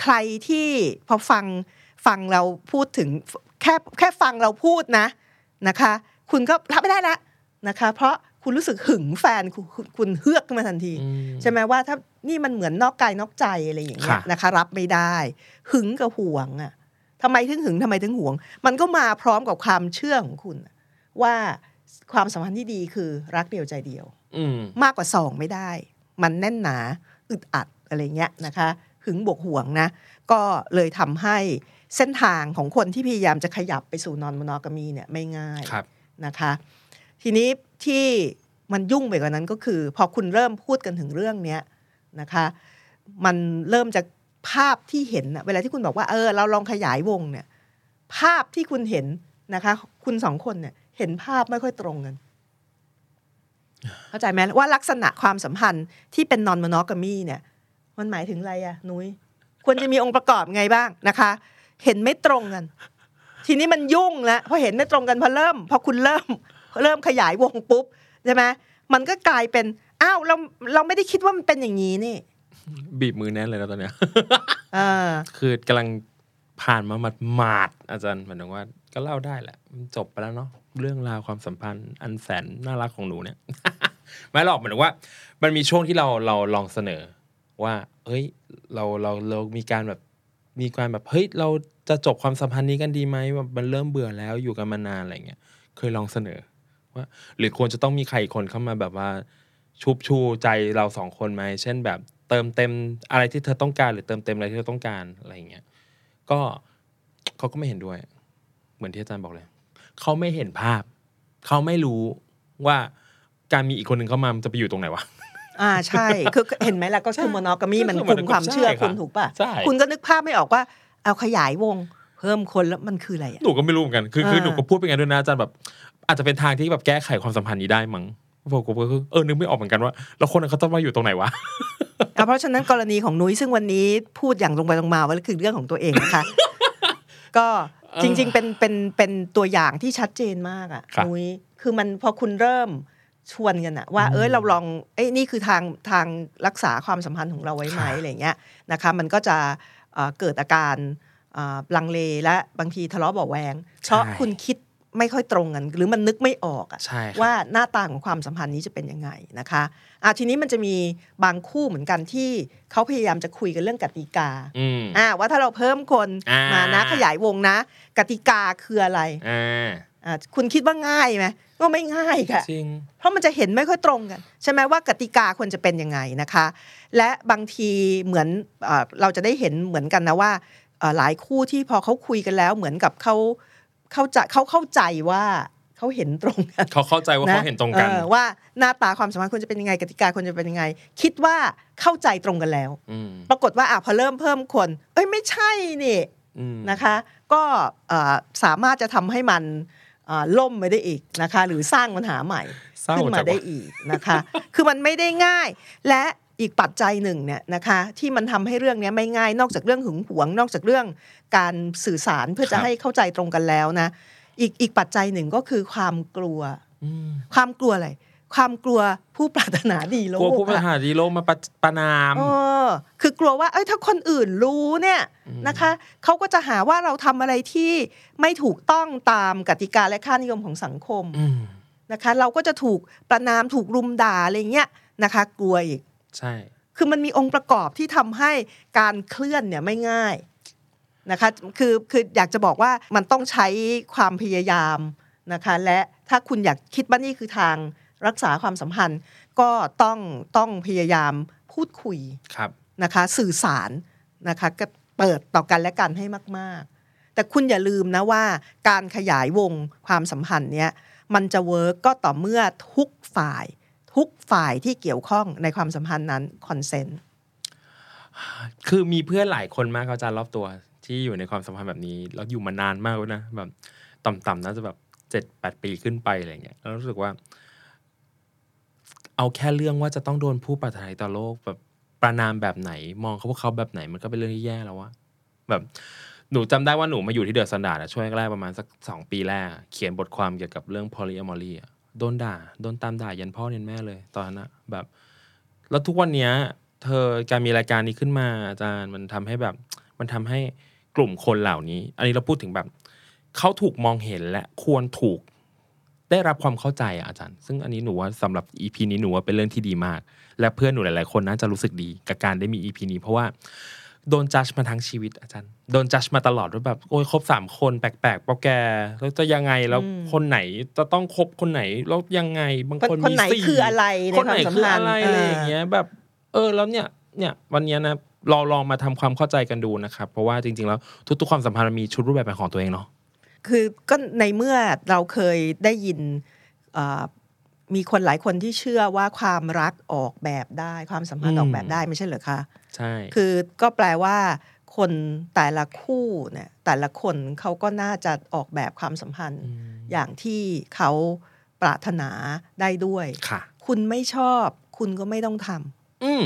ใครที่พอฟังฟังเราพูดถึงแค่แค่ฟังเราพูดนะนะคะ คุณก็รับไม่ได้ละนะคะ เพราะ คุณรู้สึกหึงแฟนคุณคุณคุณเฮือกขึ้นมาทันที อืม ใช่ไหมว่าถ้านี่มันเหมือนนอกกายนอกใจอะไรอย่างเงี้ย ค่ะ นะคะ รับไม่ได้ หึงกับห่วงอ่ะทำไมถึงหึงทำไมถึงห่วง มันก็มาพร้อมกับความเชื่อของคุณอะว่าความสัมพันธ์ที่ดีคือรักเดียวใจเดียว อืม มากกว่าสองไม่ได้ มันแน่นหนาอึดอัดอะไรเงี้ยนะคะ หึงบวกห่วงนะ ก็เลยทำให้เส้นทางของคนที่พยายามจะขยับไปสู่นอนม n นอกามีเนี่ยไม่ง่าย ครับ นะคะ ทีนี้ที่มันยุ่งไปกว่านั้นก็คือ พอคุณเริ่มพูดกันถึงเรื่องเนี้ยนะคะ มันเริ่มจากภาพที่เห็นน่ะเวลาที่คุณบอกว่าเออเราลองขยายวงเนี่ยภาพที่คุณเห็นนะคะ คุณสองคนเนี่ยเห็นภาพไม่ค่อยตรงกัน เข้าใจไหมว่าลักษณะความสัมพันธ์ที่เป็นนอนม n นอกามีเนี่ย มันหมายถึงอะไรอะนุย้ยควรจะมีองค์ประกอบไงบ้างนะคะ เห็นไม่ตรงกัน ทีนี้มันยุ่งแล้วพอเห็นไม่ตรงกันพอเริ่ม พอคุณเริ่ม เริ่มขยายวงปุ๊บใช่ไหมมันก็กลายเป็นอ้าวเราเราไม่ได้คิดว่ามันเป็นอย่างนี้นี่ บีบมือแน่นเลยนะตอนเนี้ย [LAUGHS] เออ คือกำลังผ่านมาหมาดๆอาจารย์หมายถึงว่าก็เล่าได้แหละมันจบไปแล้วเนาะเรื่องราวความสัมพันธ์อันแสนน่ารักของหนูเนี่ย [LAUGHS] ไม่หรอกหมายถึงว่า มันมีช่วงที่เราเราลองเสนอ ว่าเฮ้ยเราเราเรามีการแบบมีการแบบเฮ้ยเราจะจบความสัมพันธ์นี้กันดีไหมแบบมันเริ่มเบื่อแล้วอยู่กันมานานอะไรเงี้ยเคยลองเสนอ ว่า หรือควรจะต้องมีใครอีกคนเข้ามาแบบว่า ชุบชูใจเราสองคนไหม เช่นแบบเติมเต็มอะไรที่เธอต้องการ หรือเติมเต็มอะไรที่เธอต้องการอะไรอย่างเงี้ย ก็เขาก็ไม่เห็นด้วย เหมือนที่อาจารย์บอกเลย เขาไม่เห็นภาพ เขาไม่รู้ว่าการมีอีกคนหนึ่งเข้ามามันจะไปอยู่ตรงไหนวะ อ่าใช่คือเห็นไหมล่ะก็คือม o นอกามี ก็คือ มันคุมความเชื่อ ใช่ค่ะ คุณถูกป่ะ ใช่ คุณก็นึกภาพไม่ออกว่า เอาขยายวง เพิ่มคนแล้วมันคืออะไรอะ หนูก็ไม่รู้เหมือนกัน คือคือ อ่า หนูก็พูดไปงั้นด้วยนะอาจารย์แบบ อาจจะเป็นทางที่แบบแก้ไขความสัมพันธ์นี้ได้มั้งผมก็คือเออนึกไม่ออกเหมือนกันว่าแล้วคนนั้นเขาต้องมาอยู่ตรงไหนวะ อ่ะเพราะฉะนั้นกรณีของนุ้ยซึ่งวันนี้พูดอย่างลงไปลงมาว่าคือเรื่องของตัวเองนะคะ [LAUGHS] ก็จริง ๆ เป็นเป็นเป็นตัวอย่างที่ชัดเจนมากอะ ครับ นุ้ยคือมันพอคุณเริ่มชวนกันอะว่า เอ้ยเราลองเอ้ยนี่คือทางทางรักษาความสัมพันธ์ของเราไว้ไหม ค่ะ อะไรอย่างเงี้ยนะคะ มันก็จะเอ่อเกิดอาการเอ่อลังเลและบางทีทะเลาะเบาะแวงเพราะคุณคิดไม่ค่อยตรงกัน หรือมันนึกไม่ออกอะ ใช่ครับ ว่าหน้าตาของความสัมพันธ์นี้จะเป็นยังไงนะคะอ่ะทีนี้มันจะมีบางคู่เหมือนกันที่เขาพยายามจะคุยกันเรื่องกติกา อืม อ่ะว่าถ้าเราเพิ่มคน อ่าม มานะขยายวงนะ กติกาคืออะไร อ่า อ่ะคุณคิดว่าง่ายไหมก็ไม่ง่ายค่ะ จริง เพราะมันจะเห็นไม่ค่อยตรงกัน ใช่ไหมว่ากติกาควรจะเป็นยังไงนะคะ และบางทีเหมือนเอ่อเราจะได้เห็นเหมือนกันนะว่าเอ่อหลายคู่ที่พอเขาคุยกันแล้ว เหมือนกับเขาเข้าใจเขาเข้าใจว่าเขาเห็นตรงกัน เขาเข้าใจว่าเขาเห็นตรงกัน เออว่าหน้าตาความสัมพันธ์ควรจะเป็นยังไงกติกาควรจะเป็นยังไง คิดว่าเข้าใจตรงกันแล้ว อืม ปรากฏว่าอ่ะพอเริ่มเพิ่มคน เอ้ยไม่ใช่นี่ อืม นะคะ ก็เอ่อสามารถจะทำให้มันเอ่อล่มไปได้อีกนะคะ หรือสร้างปัญหาใหม่ เศร้า ขึ้นมา จังวะ ได้อีกนะคะ คือมันไม่ได้ง่าย และอีกปัจจัยหนึ่งเนี่ยนะคะ ที่มันทำให้เรื่องเนี้ยไม่ง่าย นอกจากเรื่องหึงหวง นอกจากเรื่องการสื่อสารเพื่อจะ ครับ ให้เข้าใจตรงกันแล้วนะอีกอีกปัจจัยหนึ่งก็คือความกลัว อืม ความกลัวอะไร ความกลัวผู้ปรารถนาดีโล กลัว ก ผู้บริ อะ หารดีโลกมาประประนาม เออ คือกลัวว่า เอ้ย ถ้าคนอื่นรู้เนี่ย อืม นะคะ เขาก็จะหาว่าเราทำอะไรที่ไม่ถูกต้องตามกติกาและค่านิยมของสังคม อืม นะคะ เราก็จะถูกประนามถูกรุมด่าอะไรเงี้ยนะคะ กลัวอีก ใช่ คือมันมีองค์ประกอบที่ทำให้การเคลื่อนเนี่ยไม่ง่ายนะคะ คือคืออยากจะบอกว่ามันต้องใช้ความพยายามนะคะ และถ้าคุณอยากคิดว่านี่คือทางรักษาความสัมพันธ์ ก็ต้องต้องพยายามพูดคุย ครับ นะคะ สื่อสารนะคะก็เปิดต่อกันและกันให้มาก ๆ แต่คุณอย่าลืมนะว่าการขยายวงความสัมพันธ์เนี่ยมันจะเวิร์กก็ต่อเมื่อทุกฝ่าย ทุกฝ่ายที่เกี่ยวข้องในความสัมพันธ์นั้นคอนเซน คือมีเพื่อนหลายคนมากครับอาจารย์รอบตัว ที่อยู่ในความสัมพันธ์แบบนี้ แล้วอยู่มานานมากแล้วนะแบบต่ำๆน่าจะแบบเจ็ดแปดปีขึ้นไปอะไรเงี้ยแล้วรู้สึกว่า เอาแค่เรื่องว่าจะต้องโดนผู้ปรารถนาดีต่อโลกแบบประนามแบบไหน มองเขาพวกเขาแบบไหนมันก็เป็นเรื่องที่แย่แล้ววะแบบหนูจำได้ว่าหนูมาอยู่ที่เดอะสันดาร์ช่วงแรกๆประมาณสักสองปีแรกอะเขียนบทความเกี่ยวกับเรื่อง polyamory อะโดนด่าโดนตามด่ายันพ่อเยันแม่เลย ตอนนั้นอะแบบ แล้วทุกวันเนี้ย เธอการมีรายการนี้ขึ้นมาอาจารย์มันทำให้แบบ มันทำให้กลุ่มคนเหล่านี้ อันนี้เราพูดถึงแบบ เขาถูกมองเห็นและควรถูก ได้รับความเข้าใจอะอาจารย์ ซึ่งอันนี้หนูว่าสำหรับ EP นี้หนูว่าเป็นเรื่องที่ดีมาก และเพื่อนหนูหลาย ๆ คนน่าจะรู้สึกดีกับการได้มี EP นี้ เพราะว่าโดนจัดมาทั้งชีวิตอาจารย์ โดนจัดมาตลอดว่าแบบโอ้ยคบสามคนแปลกๆเปะแกแล้วจะยังไงแล้ว อืม คนไหนจะต้องคบคนไหนแล้วยังไงบาง คน คน คน มี ไหน สี่ คืออะไรใน คน ค ไห วาน มสัม คือ พัอะนธ์ ไรอะไรอย่างเงี้ยแบบเออแล้วเนี่ยเนี่ยวันเนี้ยนะเราลองมาทำความเข้าใจกันดูนะครับเพราะว่าจริงๆแล้วทุกๆความสัมพันธ์มันมีชุดรูปแบบเป็นของตัวเองเนาะ คือก็ในเมื่อเราเคยได้ยินเอ่อมีคนหลายคนที่เชื่อว่าความรักออกแบบได้ ความสัมพันธ์ อืม ออกแบบได้ไม่ใช่เหรอคะ ใช่ คือก็แปลว่าคนแต่ละคู่เนี่ยแต่ละคนเขาก็น่าจะออกแบบความสัมพันธ์ ม อย่างที่เขาปรารถนาได้ด้วย ค่ะ คุณไม่ชอบคุณก็ไม่ต้องทำ อืม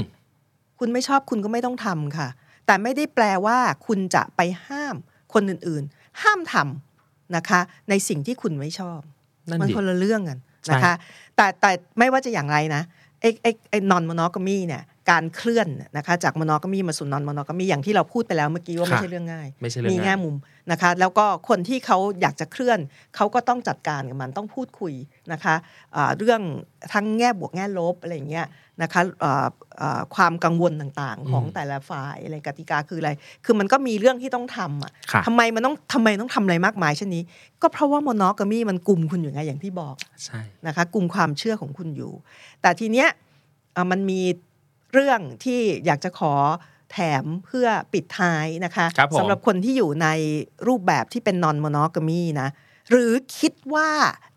คุณไม่ชอบคุณก็ไม่ต้องทำค่ะ แต่ไม่ได้แปลว่า คุณจะไปห้ามคนอื่นๆ ห้ามทำนะคะ ในสิ่งที่คุณไม่ชอบ นั่น มัน ดิ คนละเรื่องกัน ใช่ นะคะแต่แต่ไม่ว่าจะอย่างไรนะไอ้ไอ้ไอ้นอนมอนอกมีเนี่ยการเคลื่อนนะคะจากมอนอกมีมาสู่นอนมอนอกมีอย่างที่เราพูดไปแล้วเมื่อกี้ว่าไม่ใช่เรื่องง่าย ไม่ใช่เรื่อง มีแง่ ง่าย มุมนะคะ แล้วก็คนที่เขาอยากจะเคลื่อนเขาก็ต้องจัดการกับมันต้องพูดคุยนะคะอ่าเรื่องทั้งแง่บวกแง่ลบอะไรอย่างเงี้ยนะคะอ่าอ่าความกังวลต่างๆ ของแต่ละฝ่ายอะไรกติกาคืออะไร คือมันก็มีเรื่องที่ต้องทำอ่ะ ค่ะ ทำไมมันต้องทำไมต้องทำอะไรมากมายเช่นนี้ ก็เพราะว่ามอนอกมีมันกลุ่มคุณอยู่ไงอย่างที่บอก ใช่ นะคะกลุ่มความเชื่อของคุณอยู่ แต่ทีเนี้ยเอ่อมันมีเรื่องที่อยากจะขอแถมเพื่อปิดท้ายนะคะ ครับผม สำหรับคนที่อยู่ในรูปแบบที่เป็นนอนม o นอกามีนะ หรือคิดว่า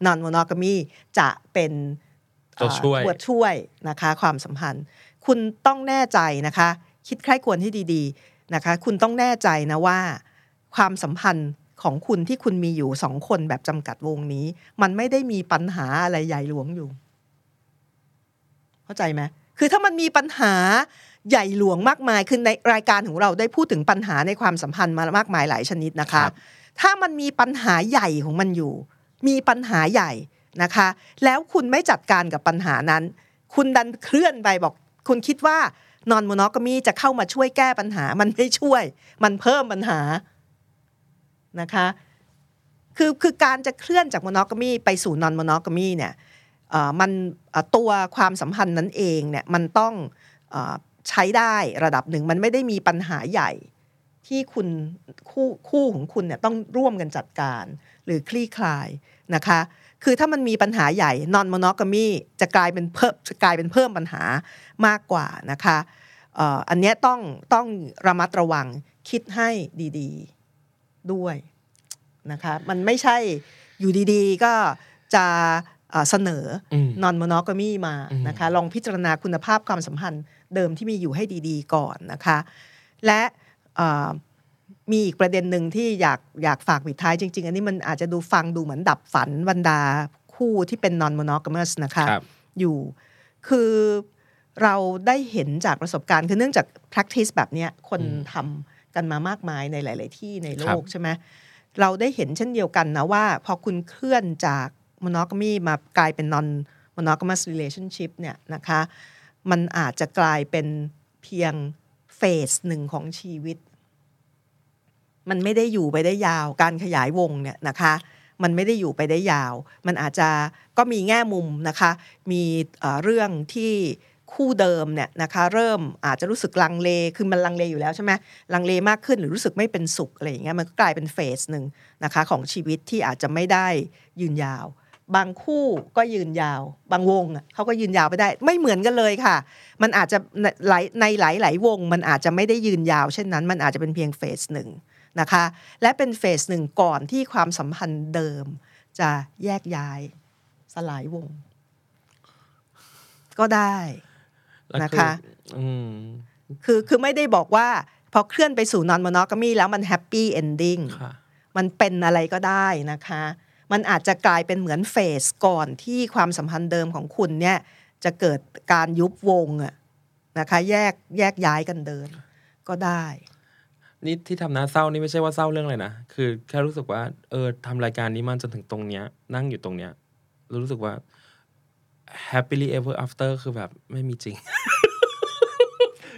นอนม o นอกามีจะเป็น ตัวช่วย เอ่อตัวช่วยนะคะความสัมพันธ์ คุณต้องแน่ใจนะคะ คิดใคร่ควรให้ดีๆนะคะ คุณต้องแน่ใจนะว่า ความสัมพันธ์ของคุณที่คุณมีอยู่สองคนแบบจำกัดวงนี้ มันไม่ได้มีปัญหาอะไรใหญ่หลวงอยู่ เข้าใจไหมคือถ้ามันมีปัญหาใหญ่หลวงมากมายคือในรายการของเราได้พูดถึงปัญหาในความสัมพันธ์มามากมายหลายชนิดนะ ครั คะ บ ถ้ามันมีปัญหาใหญ่ของมันอยู่ มีปัญหาใหญ่นะคะ แล้วคุณไม่จัดการกับปัญหานั้น คุณดันเคลื่อนไปบอก คุณคิดว่านอนโมโนกามีจะเข้ามาช่วยแก้ปัญหา มันไม่ช่วย มันเพิ่มปัญหา นะคะคือคือการจะเคลื่อนจากโมโนกามีไปสู่นอนโมโนกามีเนี่ยเอ่อมันเอ่อตัวความสัมพันธ์นั้นเองเนี่ยมันต้องเออใช้ได้ระดับหนึ่ง มันไม่ได้มีปัญหาใหญ่ที่คุณคู่คู่ของคุณเนี่ยต้องร่วมกันจัดการ หรือคลี่คลายนะคะ คือถ้ามันมีปัญหาใหญ่นอนโมโนกามีจะกลายเป็นเพิ่มจะกลายเป็นเพิ่มปัญหามากกว่านะคะเอ่ออันเนี้ยต้องต้องระมัดระวังคิดให้ดีๆด้วย นะคะมันไม่ใช่อยู่ดีๆ ก็จะเอ่อเสนอ อืม นอนม o นอกามีมา อืม นะคะลองพิจารณาคุณภาพความสัมพันธ์เดิมที่มีอยู่ให้ดีๆ ก่อนนะคะ และเอ่อมีอีกประเด็นหนึ่งที่อยากอยากฝากปิดท้ายจริง ๆ อันนี้มันอาจจะดูฟังดูเหมือนดับฝันบรรดาคู่ที่เป็นนอนม o นอกามัสนะคะ ครับ อยู่คือเราได้เห็นจากประสบการณ์คือเนื่องจาก practice แบบเนี้ยคนทำกันมามากมายในหลาย ๆ ที่ในโลกใช่ไหมเราได้เห็นเช่นเดียวกันนะว่า พอคุณเคลื่อนจาก monogamy มากลายเป็น non monogamous relationship เนี่ยนะคะมันอาจจะกลายเป็นเพียงเฟสหนึ่งของชีวิต มันไม่ได้อยู่ไปได้ยาวการขยายวงเนี่ยนะคะ มันไม่ได้อยู่ไปได้ยาว มันอาจจะก็มีแง่มุมนะคะ มีเอ่อเรื่องที่คู่เดิมเนี่ยนะคะเริ่มอาจจะรู้สึกลังเล คือมันลังเลอยู่แล้วใช่ไหมลังเลมากขึ้นหรือรู้สึกไม่เป็นสุขอะไรอย่างเงี้ยมันก็กลายเป็นเฟสหนึ่งนะคะของชีวิตที่อาจจะไม่ได้ยืนยาว บางคู่ก็ยืนยาว บางวงอะเขาก็ยืนยาวไปได้ ไม่เหมือนกันเลยค่ะ มันอาจจะในหลายในหลายหลายๆวง มันอาจจะไม่ได้ยืนยาวเช่นนั้น มันอาจจะเป็นเพียงเฟสหนึ่งนะคะ และเป็นเฟสหนึ่งก่อนที่ความสัมพันธ์เดิม จะแยกย้ายสลายวง ก็ได้ แล้วอ นะคะ อืม คือคือไม่ได้บอกว่า พอเคลื่อนไปสู่นอนม o นอกามีแล้วมันแฮปปี้เอนดิ้ง ค่ะ มันเป็นอะไรก็ได้นะคะ มันอาจจะกลายเป็นเหมือนเฟสก่อนที่ความสัมพันธ์เดิมของคุณเนี่ย จะเกิดการยุบวงอะนะคะ แยกแยกย้ายกันเดิน ก็ได้ นี่ที่ทำหน้าเศร้านี่ไม่ใช่ว่าเศร้าเรื่องอะไรนะ คือแค่รู้สึกว่า เออทำรายการนี้มาจนถึงตรงเนี้ย นั่งอยู่ตรงเนี้ยแล้วรู้สึกว่า happily ever after คือแบบไม่มีจริง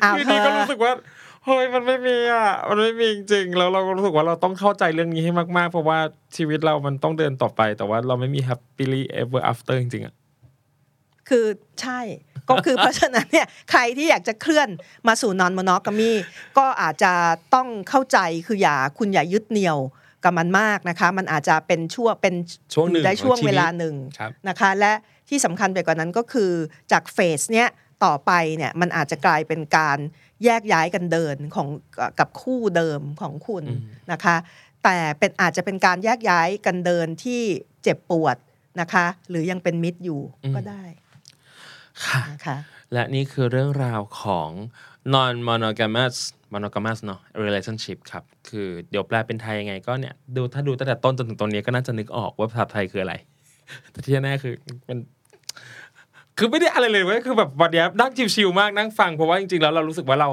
อ้าว อยู่ เธ ดี อ ก็รู้สึกว่า เฮ้ยมันไม่มีอ่ะ มันไม่มีจริงๆแล้วเราก็รู้สึกว่าเราต้องเข้าใจเรื่องนี้ให้มากๆ เพราะว่าชีวิตเรามันต้องเดินต่อไป แต่ว่าเราไม่มี happily ever after จริงๆอ่ะ คือใช่ ก็คือ [LAUGHS] เพราะฉะนั้นเนี่ยใครที่อยากจะเคลื่อนมาสู่นอนมอนอกมีก็อาจจะต้องเข้าใจคืออย่าคุณอย่ายึดเหนี่ยวกับมันมากนะคะ มันอาจจะเป็นช่วงเป็น ช่วงหนึ่ง ได้ช่วง ของชีวิต เวลาหนึ่ง ครับ นะคะและที่สำคัญไปกว่านั้นก็คือจากเฟสเนี้ยต่อไปเนี่ยมันอาจจะกลายเป็นการแยกย้ายกันเดินของเอ่อกับคู่เดิมของคุณ อืม นะคะ แต่เป็นอาจจะเป็นการแยกย้ายกันเดินที่เจ็บปวดนะคะ หรือยังเป็นมิตรอยู่ก็ได้ ค่ะ นะคะ และนี่คือเรื่องราวของ non monogamous monogamous เนอะ relationship ครับ คือเดี๋ยวแปลเป็นไทยยังไงก็เนี่ย ดูถ้าดูตั้งแต่ต้นจนถึงตอนนี้ก็น่าจะนึกออกว่าภาษาไทยคืออะไร [LAUGHS] แต่ที่แน่ๆคือมัน คือไม่ได้อะไรเลยเว้ยคือแบบวันเนี้ยนั่งชิวๆมากนั่งฟังเพราะว่าจริงๆแล้วเรารู้สึกว่าเรา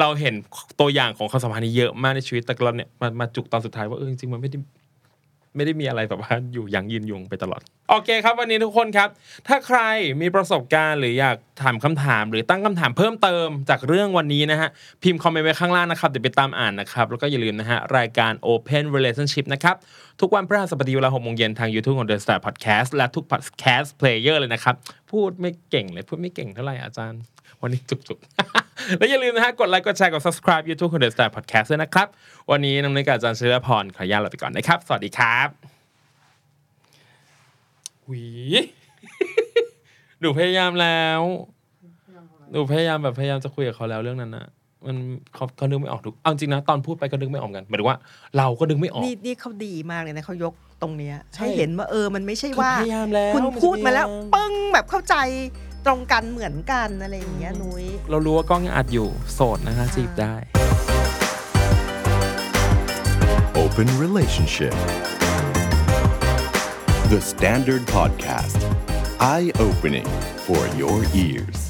เราเห็นตัวอย่างของความสัมพันธ์นี้เยอะมากในชีวิตแต่เราเนี่ยมามาจุกตอนสุดท้ายว่าเออจริงๆมันไม่ได้ ไม่ได้มีอะไรแบบว่าอยู่อย่างยืนยงไปตลอด โอเคครับ วันนี้ทุกคนครับ ถ้าใครมีประสบการณ์หรืออยากถามคำถาม หรือตั้งคำถามเพิ่มเติมจากเรื่องวันนี้นะฮะ พิมพ์คอมเมนต์ไว้ข้างล่างนะครับ เดี๋ยวไปตามอ่านนะครับ แล้วก็อย่าลืมนะฮะ รายการ Open Relationship นะครับ ทุกวันพฤหัสบดีเวลาหกโมงเย็นทาง YouTube ของ The Star Podcast และทุก Podcast Player เลยนะครับ พูดไม่เก่งเลย พูดไม่เก่งเท่าไหร่อาจารย์ วันนี้จุกๆ [LAUGHS] แล้วอย่าลืมนะฮะ กดไลค์กดแชร์กด subscribe YouTube ของ The Star Podcast ด้วยนะครับวันนี้น้องเนยกับอาจารย์เชลพรขออนุญาตลาไปก่อนนะครับสวัสดีครับหวี [LAUGHS] หนูพยายามแล้วหนูพยายามแบบพยายามจะคุยกับเขาแล้วเรื่องนั้นนะมันเขาเขานึกไม่ออกทุกเอาจริงนะตอนพูดไปก็นึกไม่ออกเหมือนกันหมายถึงว่า เราก็นึกไม่ออก นี่นี่เขาดีมากเลยนะเขายกตรงเนี้ย ใช่ ให้เห็นว่าเออมันไม่ใช่ คือ ว่า พยายามแล้ว คุณ นจะ พูดมาแล้ว พยย ปึ้งแบบเข้าใจตรงกันเหมือนกันอะไรอย่างเงี้ยนุ้ย เรารู้ว่ากล้องยังอัดอยู่โสดนะฮะจีบได้ Open Relationship. The Standard Podcast. Eye opening for your ears.